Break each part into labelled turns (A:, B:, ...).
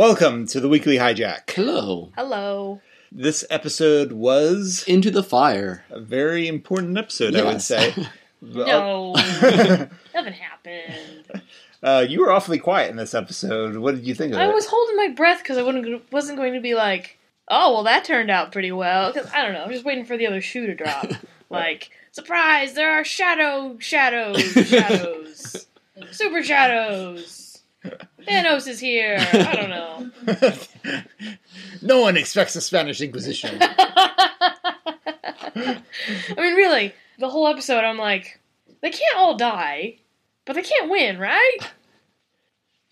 A: Welcome to the Weekly Hijack.
B: Hello.
C: Hello.
A: This episode was
B: Into the fire.
A: a very important episode, I would
B: Yes.
A: say.
C: No, nothing happened.
A: Uh, you were awfully quiet in this episode. What did you think of
C: I
A: it?
C: was holding my breath because I wasn't wasn't going to be like, oh well, that turned out pretty well. 'Cause I don't know, I'm just waiting for the other shoe to drop. like, surprise! There are shadow, shadows, shadows, super shadows. Thanos is here. I don't know.
A: no one expects the Spanish Inquisition.
C: I mean, really, the whole episode, I'm like, they can't all die, but they can't win, right?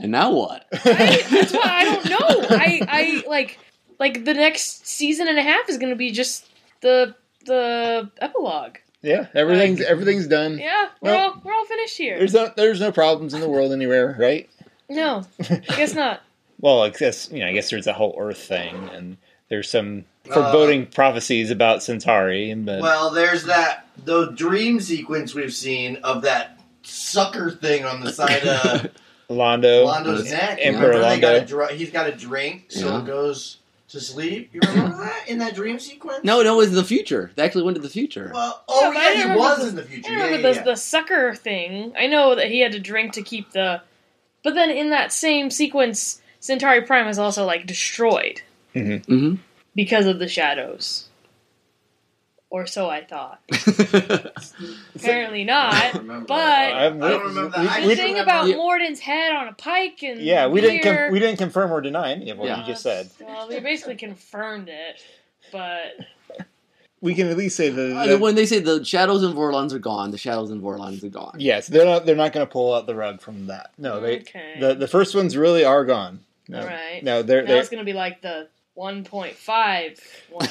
B: And now what?
C: Right? That's why I don't know. I, I like like the next season and a half is gonna be just the the epilogue.
A: yeah, everything's everything's done.
C: Yeah, we're
A: Well-
C: all we're all finished here.
A: There's no there's no problems in the world anywhere, right?
C: No, I guess not.
A: Well, I guess you know. I guess there's a whole Earth thing, and there's some foreboding prophecies about Centauri. and But
D: Uh, Well, there's that the dream sequence we've seen of that sucker thing on the side of
A: Londo,
D: Londo's neck.
A: Emperor
D: Remember they got a
A: Londo.
D: dr- he's got a drink, so
B: Yeah.
D: it goes to sleep. You remember that in that dream sequence?
B: No, no, it's the future. They actually went to the future.
D: Well,
C: Yeah,
D: oh
C: but I
D: yeah,
C: didn't
D: he
C: remember
D: was
C: the-
D: in the
C: I
D: future. Yeah,
C: remember
D: yeah,
C: the
D: yeah.
C: the sucker thing. I know that he had to drink to keep the, but then in that same sequence, Centauri Prime is also like destroyed
B: hmm
C: because of the shadows. Or so I thought.
B: Uh,
C: Apparently
D: I
C: not.
D: don't remember
C: But-
D: that.
A: I'm-
D: I don't remember that.
A: we-
D: I
A: we-
C: The
D: just
C: thing
D: remember-
C: about
B: Yeah.
C: Morden's head on a pike and
A: yeah, we didn't
C: beer-
A: com- we didn't confirm or deny any of what
B: Yeah.
A: you just said.
C: Well, they basically confirmed it, but
A: We can at least say that.
B: Uh, when they say the shadows and Vorlons are gone, the shadows and Vorlons are gone.
A: yes, they're not they're not going to pull out the rug from that. No, they
C: okay.
A: the the first ones really are gone. No,
C: All right.
A: no, they're
C: now
A: they're
C: it's gonna be like the 1.5 one.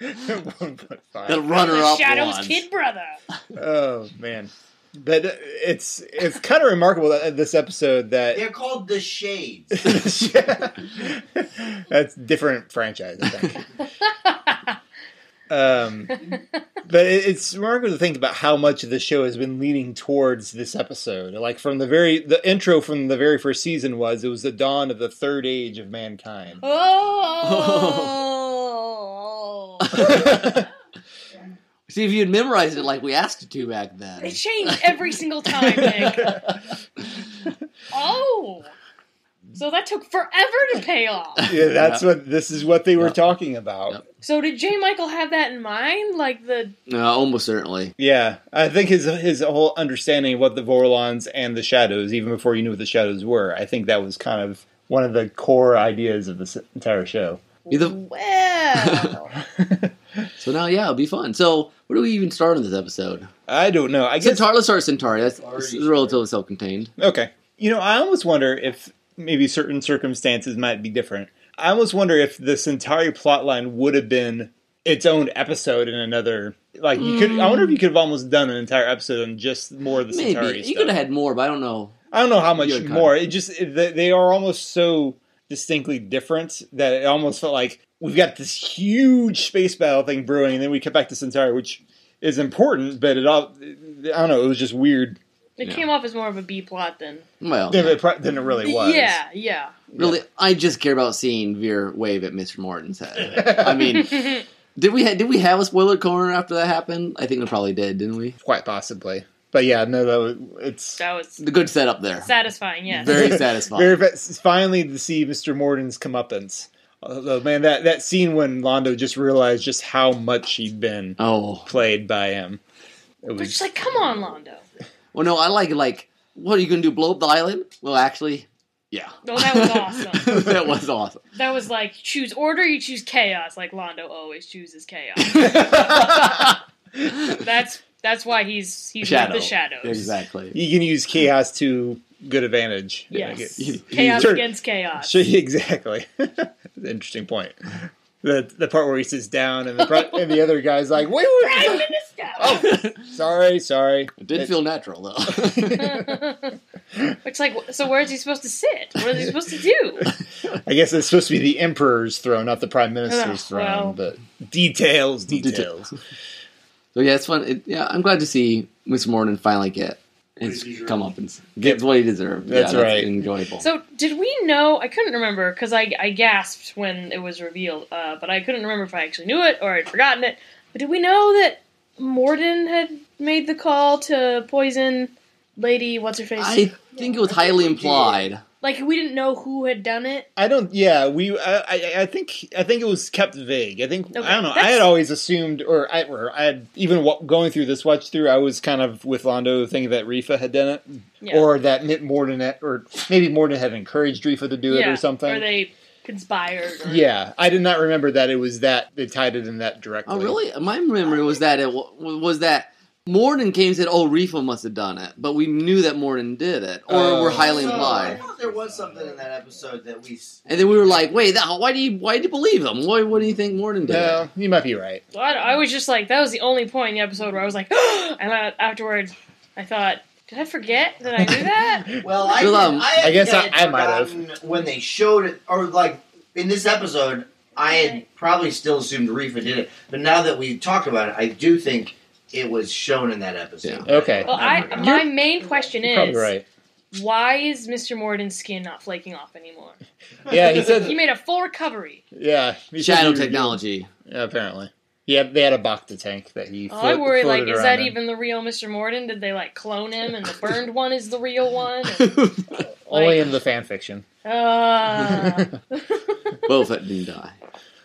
B: the runner
C: the
B: up
C: Shadow's
B: ones.
C: kid brother.
A: Oh man, but uh, it's it's kind of remarkable that uh, this episode that
D: they're called the Shades.
A: that's different franchise. I think. Um, but it, it's remarkable to think about how much of the show has been leaning towards this episode. Like from the very the intro from the very first season was it was the dawn of the third age of mankind.
C: oh.
B: See, if you'd memorized it like we asked you to back
C: They
B: then.
C: change every single time, Nick. Oh. So that took forever to pay off.
A: Yeah, that's what this is what they were
B: Yep.
A: talking about.
B: Yep.
C: So did J. Michael have that in mind? Like the
B: No, almost certainly.
A: Yeah, I think his his whole understanding of what the Vorlons and the Shadows, even before you knew what the Shadows were, I think that was kind of one of the core ideas of this entire show.
B: You're the-
C: well.
B: So now, yeah, it'll be fun. So, where do we even start on this episode?
A: I don't know. I guess
B: Centaur, let's start Centauri. That's,
D: Sorry.
B: this is relatively self-contained.
A: okay. You know, I almost wonder if maybe certain circumstances might be different. I almost wonder if the Centauri plotline would have been its own episode in another. Like you could, I wonder if you could have almost done an entire episode on just more of the Centauri
B: Maybe.
A: stuff.
B: You could have had more, but I don't know.
A: I don't know how much
B: You would cut
A: more. It just it- they, they are almost so distinctly different that it almost felt like we've got this huge space battle thing brewing, and then we cut back to Centauri, which is important, but it all I don't know. It was just weird
C: It
B: Yeah.
C: came off as more of a B plot than
B: Well,
A: than it, pro- than it really was.
C: Yeah, yeah.
B: Really, I just care about seeing Veer wave at Mr. Morton's head. I mean, did we ha- did we have a spoiler corner after that happened? I think we probably did, didn't we?
A: quite possibly. But yeah, no, that was, it's
C: That was
B: The good setup there,
C: satisfying, yes.
B: very satisfying.
A: very fa- finally to see Mister Morden's comeuppance. Although, man, that that scene when Londo just realized just how much he'd been
B: oh,
A: played by him. It
C: But she's like, come on, Londo.
B: well, no, I like like. What are you going to do? Blow up the island? Well, actually, yeah.
C: Well, Oh, that was awesome.
B: that was awesome.
C: That was like, choose order, you choose chaos. Like, Londo always chooses chaos. That's that's why he's he's with the shadows.
B: Exactly.
A: you can use chaos to good advantage.
C: Yes.
B: He- he-
C: chaos
A: Sure.
C: against chaos.
A: Sure, exactly. Interesting point. The the part where he sits down and the pro- and the other guy's like, wait, wait,
C: Prime
A: wait.
C: Minister!
A: sorry, sorry.
B: It Oh, did feel natural though.
C: It's like, so where is he supposed to sit? What is he supposed to do?
A: I guess it's supposed to be the emperor's throne, not the prime minister's
C: Oh, well.
A: throne. But details, details.
B: So yeah, it's fun. It, yeah, I'm glad to see Miss Morton finally get His
D: he deserved.
B: comeuppance gets what he deserved.
A: That's
B: yeah,
A: right.
B: That's enjoyable.
C: So did we know? I couldn't remember because I, I gasped when it was revealed, uh, but I couldn't remember if I actually knew it or I'd forgotten it. But did we know that Morden had made the call to poison Lady What's Her Face?
B: I think it was highly implied.
C: like we didn't know who had done it.
A: I don't. Yeah, we. I, I. I think. I think it was kept vague. I think.
C: Okay,
A: I don't know. I
C: that's-
A: had always assumed, or I, or I had even wa- going through this watch through. I was kind of with Londo thinking that Rifa had done it,
C: Yeah.
A: or that Mitt Morden, had- or maybe Morden had encouraged Rifa to do it,
C: Yeah,
A: or something.
C: Or they conspired. Or,
A: yeah, I did not remember that it was that they tied it in that directly.
B: Oh, really? My memory was that it wa- was that Morden came and said, "Oh, Reefa must have done it," but we knew that Morden did it, or
A: Oh.
B: were highly
D: So, I
B: implied.
D: thought there was something in that episode that we. s-
B: And then we were like, "Wait, that, why do you why do you believe him? Why what do you think Morden did?"
A: No, you might be right.
C: Well, I, I was just like that was the only point in the episode where I was like, and I, afterwards I thought, did I forget that I knew that?
D: Well, I,
B: Well,
D: did-
B: um,
D: I,
A: I guess
D: had
A: I- I might have.
D: forgotten when they showed it, or like in this episode, I had probably still assumed Reefa did it, but now that we talked about it, I do think it was shown in that episode.
A: Okay,
C: Well, I
D: You're-
C: my main question
A: you're probably
C: is
A: right.
C: why is Mr. Morden's skin not flaking off anymore?
A: Yeah, he
C: He
A: said.
C: made a full recovery.
A: Yeah, he said
B: Shadow
A: he-
B: technology.
A: Yeah, apparently. Yeah, they had a Bacta tank that he.
C: All
A: float-
C: Oh, I worry, like,
A: floated
C: is
A: around
C: that
A: in.
C: even the real Mr. Morden? Did they like clone him, and the burned one is the real one?
A: only in the fan fiction?
C: Uh,
B: Boba Fett didn't die.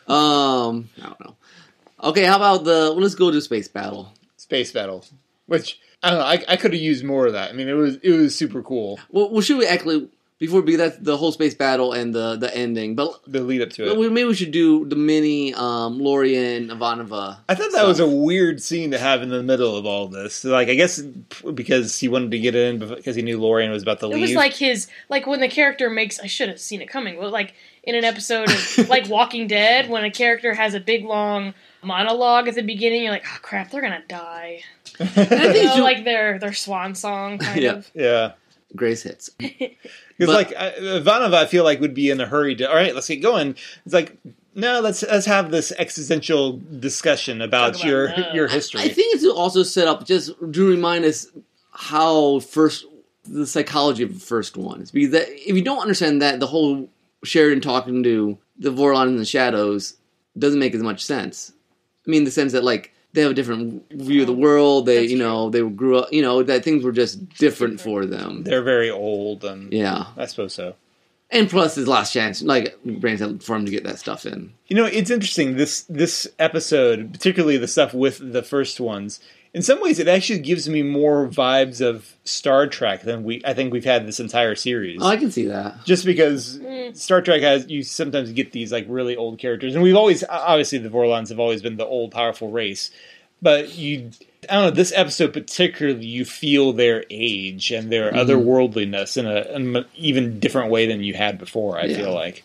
B: Um, I don't know. Okay, how about the? Well, let's go to space battle.
A: space battle, which I don't know. I, I could have used more of that. I mean, it was it was super cool.
B: Well, well should we actually before we that the whole space battle and the the ending? But
A: The lead up to it.
B: we, maybe we should do the mini um, Lorian Ivanova.
A: I thought that was a weird scene to have in the middle of all this. So, Like, I guess because he wanted to get in bef- because he knew Lorian was about to
C: it
A: leave.
C: was like his, like when the character makes. I should have seen it coming. Well, like in an episode of like Walking Dead, when a character has a big long monologue at the beginning, you're like, oh crap, they're gonna die.
B: I
C: You
B: think
C: know,
B: you-
C: like their their swan song kind
B: Yeah.
C: of.
A: yeah,
B: Grace hits.
A: because
B: But-
A: like I- Ivanov, I feel like would be in a hurry to. All right, let's get going. It's like. No, let's let's have this existential discussion about,
C: about
A: your
C: love.
A: your history.
B: I think it's also set up just to remind us how first the psychology of the first one is because that, if you don't understand that, the whole Sheridan talking to the Vorlon in the shadows doesn't make as much sense. I mean, the sense that like they have a different view of the world. They,
C: That's
B: you know, they grew up. You know, that things were just different for them.
A: They're very old, and
B: Yeah,
A: I suppose so.
B: and plus his last chance, like Brandon said, for him to get that stuff in.
A: You know, it's interesting this this episode, particularly the stuff with the first ones. In some ways, it actually gives me more vibes of Star Trek than we I think we've had this entire series.
B: Oh, I can see that.
A: Just because
C: Mm.
A: Star Trek has you sometimes get these like really old characters, and we've always obviously the Vorlons have always been the old powerful race, but you. I don't know. This episode, particularly, you feel their age and their
B: Mm-hmm.
A: otherworldliness in a, in an even different way than you had before. I
B: Yeah.
A: feel like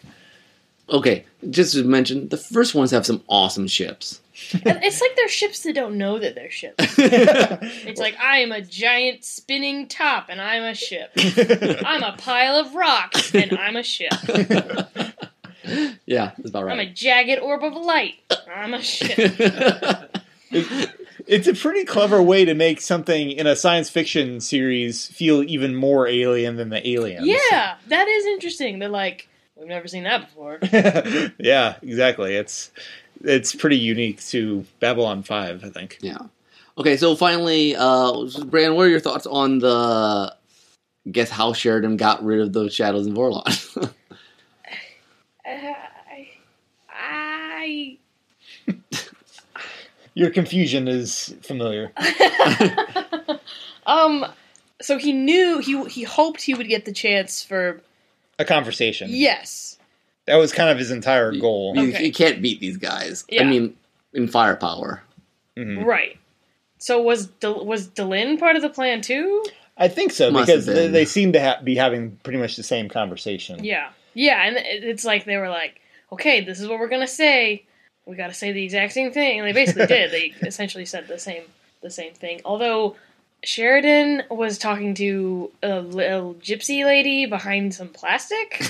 B: Okay, just to mention, the first ones have some awesome ships.
C: And it's like they're ships that don't know that they're ships. It's like I am a giant spinning top and I'm a ship. I'm a pile of rocks and I'm a ship.
B: Yeah, that's about
C: I'm a
B: right.
C: jagged orb of light. I'm a ship.
A: It's a pretty clever way to make something in a science fiction series feel even more alien than the aliens.
C: Yeah, that is interesting. They're like, we've never seen that before.
A: yeah, exactly. It's it's pretty unique to Babylon 5, I think.
B: yeah. Okay, so finally, uh, Brand, what are your thoughts on the guess how Sheridan got rid of those shadows in Vorlon?
C: I, I,
A: Your confusion is familiar.
C: um, so he knew he he hoped he would get the chance for
A: A conversation.
C: yes.
A: That was kind of his entire goal.
B: you,
C: Okay.
B: you can't beat these guys.
C: Yeah.
B: I mean, in firepower.
A: Mhm.
C: Right. So was Del- was Delin part of the plan too?
A: I think so
B: Must
A: because
B: have
A: they,
B: been.
A: they seem to ha- be having pretty much the same conversation.
C: Yeah. Yeah, and it- it's like they were like, "Okay, this is what we're going to say. We got to say the exact same thing." And they basically did. They essentially said the same the same thing. Although Sheridan was talking to a little gypsy lady behind some plastic.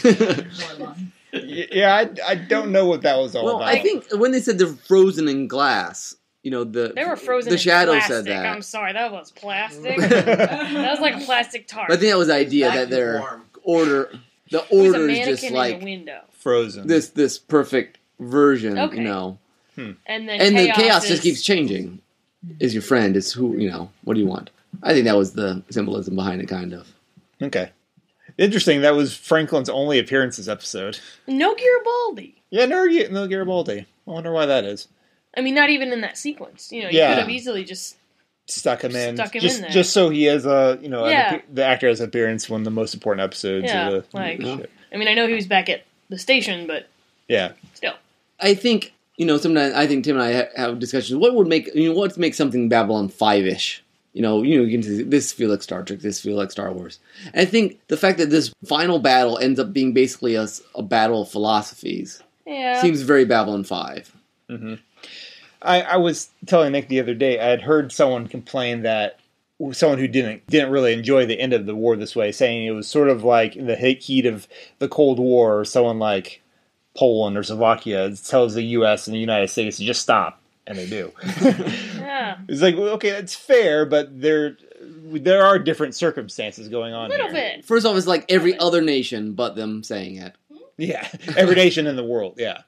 A: Y- Yeah, I, I don't know what that was all
B: well,
A: about.
B: I think when they said they're frozen in glass, you know the
C: They were frozen.
B: The
C: in
B: shadow
C: plastic.
B: said that.
C: I'm sorry, that was plastic. that was like a plastic tarp.
B: But I think that was the idea
D: Vacuum
B: that their
D: form.
B: order, the
C: It was a
B: order is
C: mannequin
B: just like
C: in a window,
A: Frozen.
B: this this perfect version,
C: Okay.
B: you know.
C: and then
B: And
C: chaos
B: then chaos
C: is-
B: just keeps changing. Is your friend? Is who you know? What do you want? I think that was the symbolism behind it, kind of.
A: Okay. Interesting. That was Franklin's only appearance this episode.
C: no Garibaldi.
A: Yeah, no, Gar- no Garibaldi. I wonder why that is.
C: I mean, not even in that sequence. You know, you
A: Yeah.
C: could have easily just
A: Stuck him in.
C: Stuck him
A: just,
C: in there.
A: just so he has a you know an
C: Yeah.
A: appe- the actor has appearance one of the most important episodes.
C: Yeah,
A: Of the,
C: like-
A: shit.
C: I mean, I know he was back at the station, but
A: yeah.
C: still.
B: I think you know. Sometimes I think Tim and I ha- have discussions. What would make you know what makes something Babylon Five ish? You know, you know, you can say, this feel like Star Trek. This feel like Star Wars. And I think the fact that this final battle ends up being basically a, s- a battle of philosophies
C: Yeah.
B: seems very Babylon Five.
A: Mm-hmm. I, I was telling Nick the other day. I had heard someone complain that someone who didn't didn't really enjoy the end of the war this way, saying it was sort of like in the he- heat of the Cold War. Someone like Poland or Slovakia tells the U.S. and the United States to just stop, and they do.
C: yeah.
A: It's like well, okay, that's fair, but there there are different circumstances going
C: A
A: on.
C: little
A: here.
C: bit.
B: First off, it's like every other nation but them saying it,
A: bit, yeah. Every nation in the world, yeah,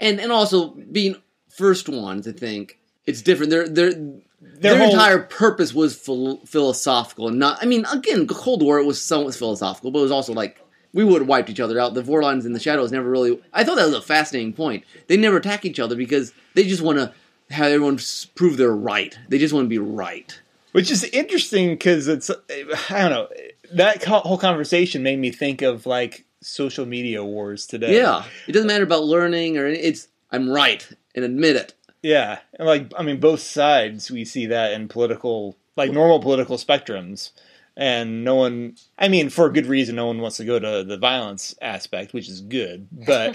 B: and and also being first ones. I think it's different. They're they're
A: their,
B: their,
A: whole,
B: entire purpose was phil- philosophical and not i mean again the cold war was somewhat philosophical but it was also like we would have wiped each other out the vorlons and the shadows never really i thought that was a fascinating point they never attack each other because they just want to have everyone s- prove they're right they just want to be right
A: which is interesting because it's I don't know that co- whole conversation made me think of like social media wars today.
B: yeah it doesn't matter about learning or any, it's i'm right and admit it
A: yeah, and like I mean, both sides we see that in political like normal political spectrums. And no one, I mean, for good reason, no one wants to go to the violence aspect, which is good, but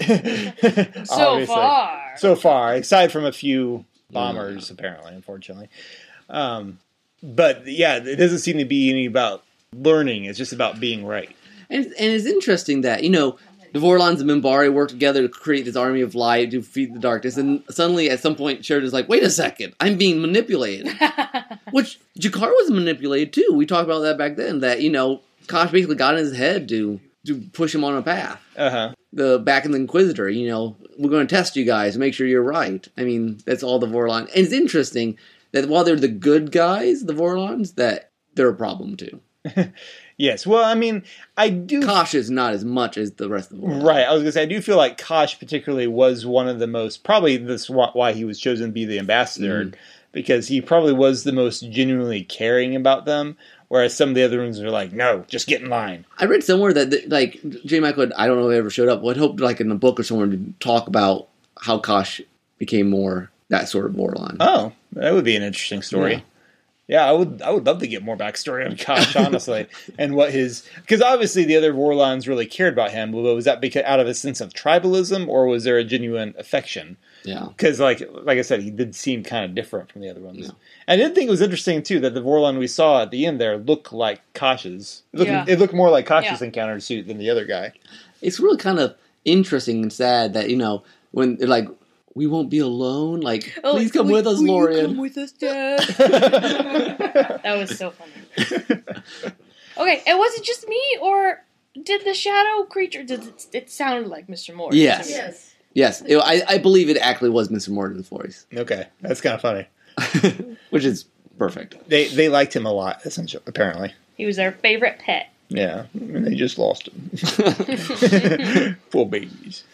C: So far.
A: so far, aside from a few bombers, apparently, unfortunately. Um, but yeah, it doesn't seem to be any about learning. It's just about being right.
B: And, and it's interesting that, you know, the Vorlons and Mimbari work together to create this army of light to feed the darkness. And suddenly, at some point, Sheridan's like, wait a second, I'm being manipulated. Which Jakar was manipulated too. We talked about that back then, that, you know, Kosh basically got in his head to, to push him on a path.
A: Uh huh.
B: The back in the Inquisitor, you know, we're going to test you guys, make sure you're right. I mean, that's all the Vorlon. And it's interesting that while they're the good guys, the Vorlons, that they're a problem too.
A: Yes. Well, I mean, I do.
B: Kosh is not as much as the rest of the Vorlons.
A: Right. I was gonna say I do feel like Kosh particularly was one of the most probably this wh- why he was chosen to be the ambassador because he probably was the most genuinely caring about them, whereas some of the other ones are like, no, just get in line.
B: I read somewhere that, that like J. Michael, had- I don't know if it ever showed up. Would hope like in a book or somewhere to talk about how Kosh became more that sort of Vorlon.
A: Oh, that would be an interesting story.
B: Yeah.
A: Yeah. I would. I would love to get more backstory on Kosh, honestly, and what his because obviously the other Warlons really cared about him. But was that because out of a sense of tribalism, or was there a genuine affection?
B: yeah,
A: because like like I said, he did seem kind of different from the other ones.
B: Yeah.
A: I did think it was interesting too that the Vorlon we saw at the end there looked like Kosh's. It looked,
C: Yeah.
A: it looked more like Kosh's
C: Yeah.
A: encounter suit than the other guy.
B: it's really kind of interesting and sad that you know when they're like we won't be alone. Like
C: Oh,
B: please come
C: will-
B: with us,
C: will you
B: Lorian.
C: Come with us, Dad. That was so funny. okay, and was it just me or did the shadow creature? Did it, it sounded like Mr. Morris?
B: Yes.
C: I mean,
E: Yes.
B: yes, it- I, I believe it actually was Mr. Morden's voice,
A: okay, that's kind of funny.
B: which is perfect.
A: They they liked him a lot, essentially. Apparently,
C: he was their favorite pet.
A: yeah, and they just lost him. Poor babies.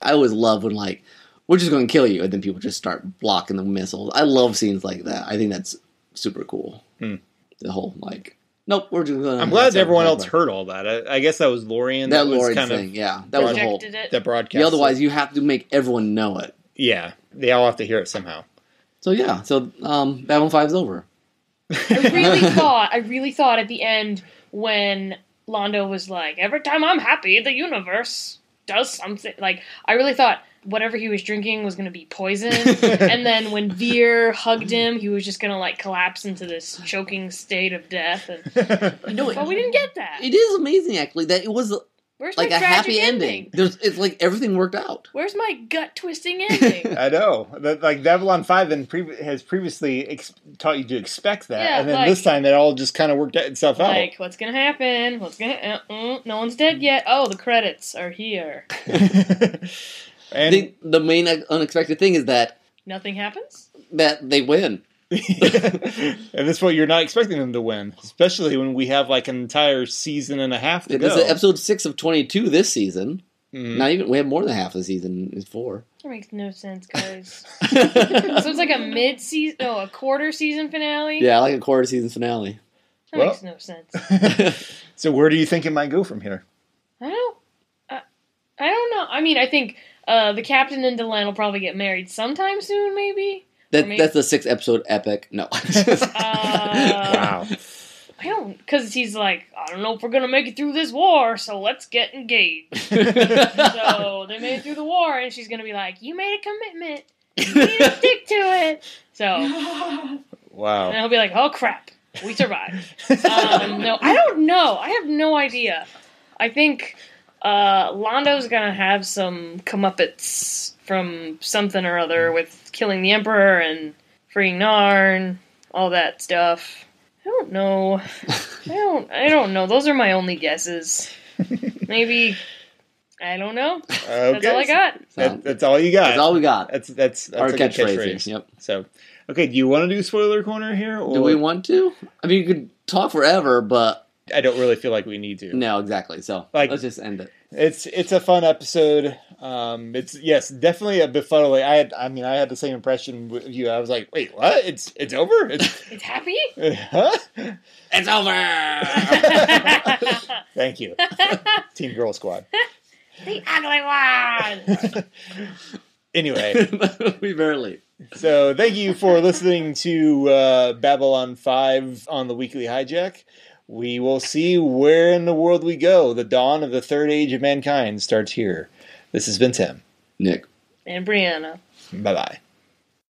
B: I always love when like we're just going to kill you, and then people just start blocking the missiles. I love scenes like that. I think that's super cool.
A: Hmm.
B: The whole like, nope, we're just going.
A: I'm glad everyone else heard all that. I, I guess that was Lorian.
B: that,
A: That, was
B: Lorraine
A: kind
B: thing.
A: of
B: yeah, that was a whole.
C: Rejected it.
A: that broadcast.
B: Yeah, otherwise, you have to make everyone know it.
A: yeah, they all have to hear it somehow.
B: So yeah, so um, Babylon Five's over.
C: I really thought, I really thought at the end when Londo was like, "Every time I'm happy, the universe does something." Like, I really thought whatever he was drinking was going to be poison, and then when Veer hugged him, he was just going to like collapse into this choking state of death. And
B: You know,
C: but we didn't get that.
B: it is amazing actually that it was
C: Where's
B: like
C: my
B: a happy
C: tragic
B: ending. There's it's like everything worked out.
C: Where's my gut twisting ending?
A: I know. That, like Babylon Five and pre- has previously ex- taught you to expect that,
C: Yeah,
A: and then
C: like-
A: this time it all just kind of worked itself
C: like, what's gonna happen? What's gonna? Uh, uh, no one's dead yet. Oh, the credits are here.
A: out. and
B: the, the main uh, unexpected thing is that
C: Nothing happens.
B: that they win.
A: at this point, you're not expecting them to win, especially when we have like an entire season and a half to
B: It
A: go.
B: is episode six of twenty two this season.
A: Mm.
B: Not even we have more than half of the season is four.
C: That makes no sense, guys. so
B: yeah,
C: it's like a mid-season, no, a quarter season finale.
B: like a quarter season finale.
C: that
A: well-
C: makes no sense.
A: so where do you think it might go from here?
C: I don't. I, I don't know. I mean, I think uh, the captain and Delenn will probably get married sometime soon, maybe.
B: That,
C: maybe-
B: that's the sixth episode epic. No.
C: Uh,
A: wow.
C: I don't, because he's like, I don't know if we're gonna make it through this war, so let's get engaged. so they made it through the war, and she's gonna be like, "You made a commitment. You need to stick to it." So and
A: Wow.
C: he'll be like, "Oh crap, we survived." um, no, I don't know. I have no idea. I think uh, Londo's gonna have some comeuppets from something or other with killing the Emperor and freeing Narn, all that stuff. I don't know. I don't. I don't know. Those are my only guesses. Maybe. I don't know.
A: Okay.
C: That's all I got.
A: That- that's all you got.
B: That's all we got.
A: That's that's, that's
B: Our
A: a good
B: catchphrase.
A: catchphrase.
B: Yep.
A: So, okay, do you want to do spoiler corner here? Or
B: Do we want to? I mean, you could talk forever, but
A: I don't really feel like we need to.
B: no, exactly. So
A: Like-
B: let's just end it.
A: It's it's a fun episode. Um, it's yes, definitely a befuddling. I had, I mean, I had the same impression with you. I was like, wait, what? It's it's over. It's
C: It's happy.
A: huh?
B: It's over.
C: the
A: Thank you, Team Girl Squad.
C: ugly one.
A: Anyway,
B: we barely.
A: so thank you for listening to uh, Babylon Five on the Weekly Hijack. We will see where in the world we go. The dawn of the third age of mankind starts here. This has been Tim.
B: Nick.
C: And Brianna.
A: Bye bye.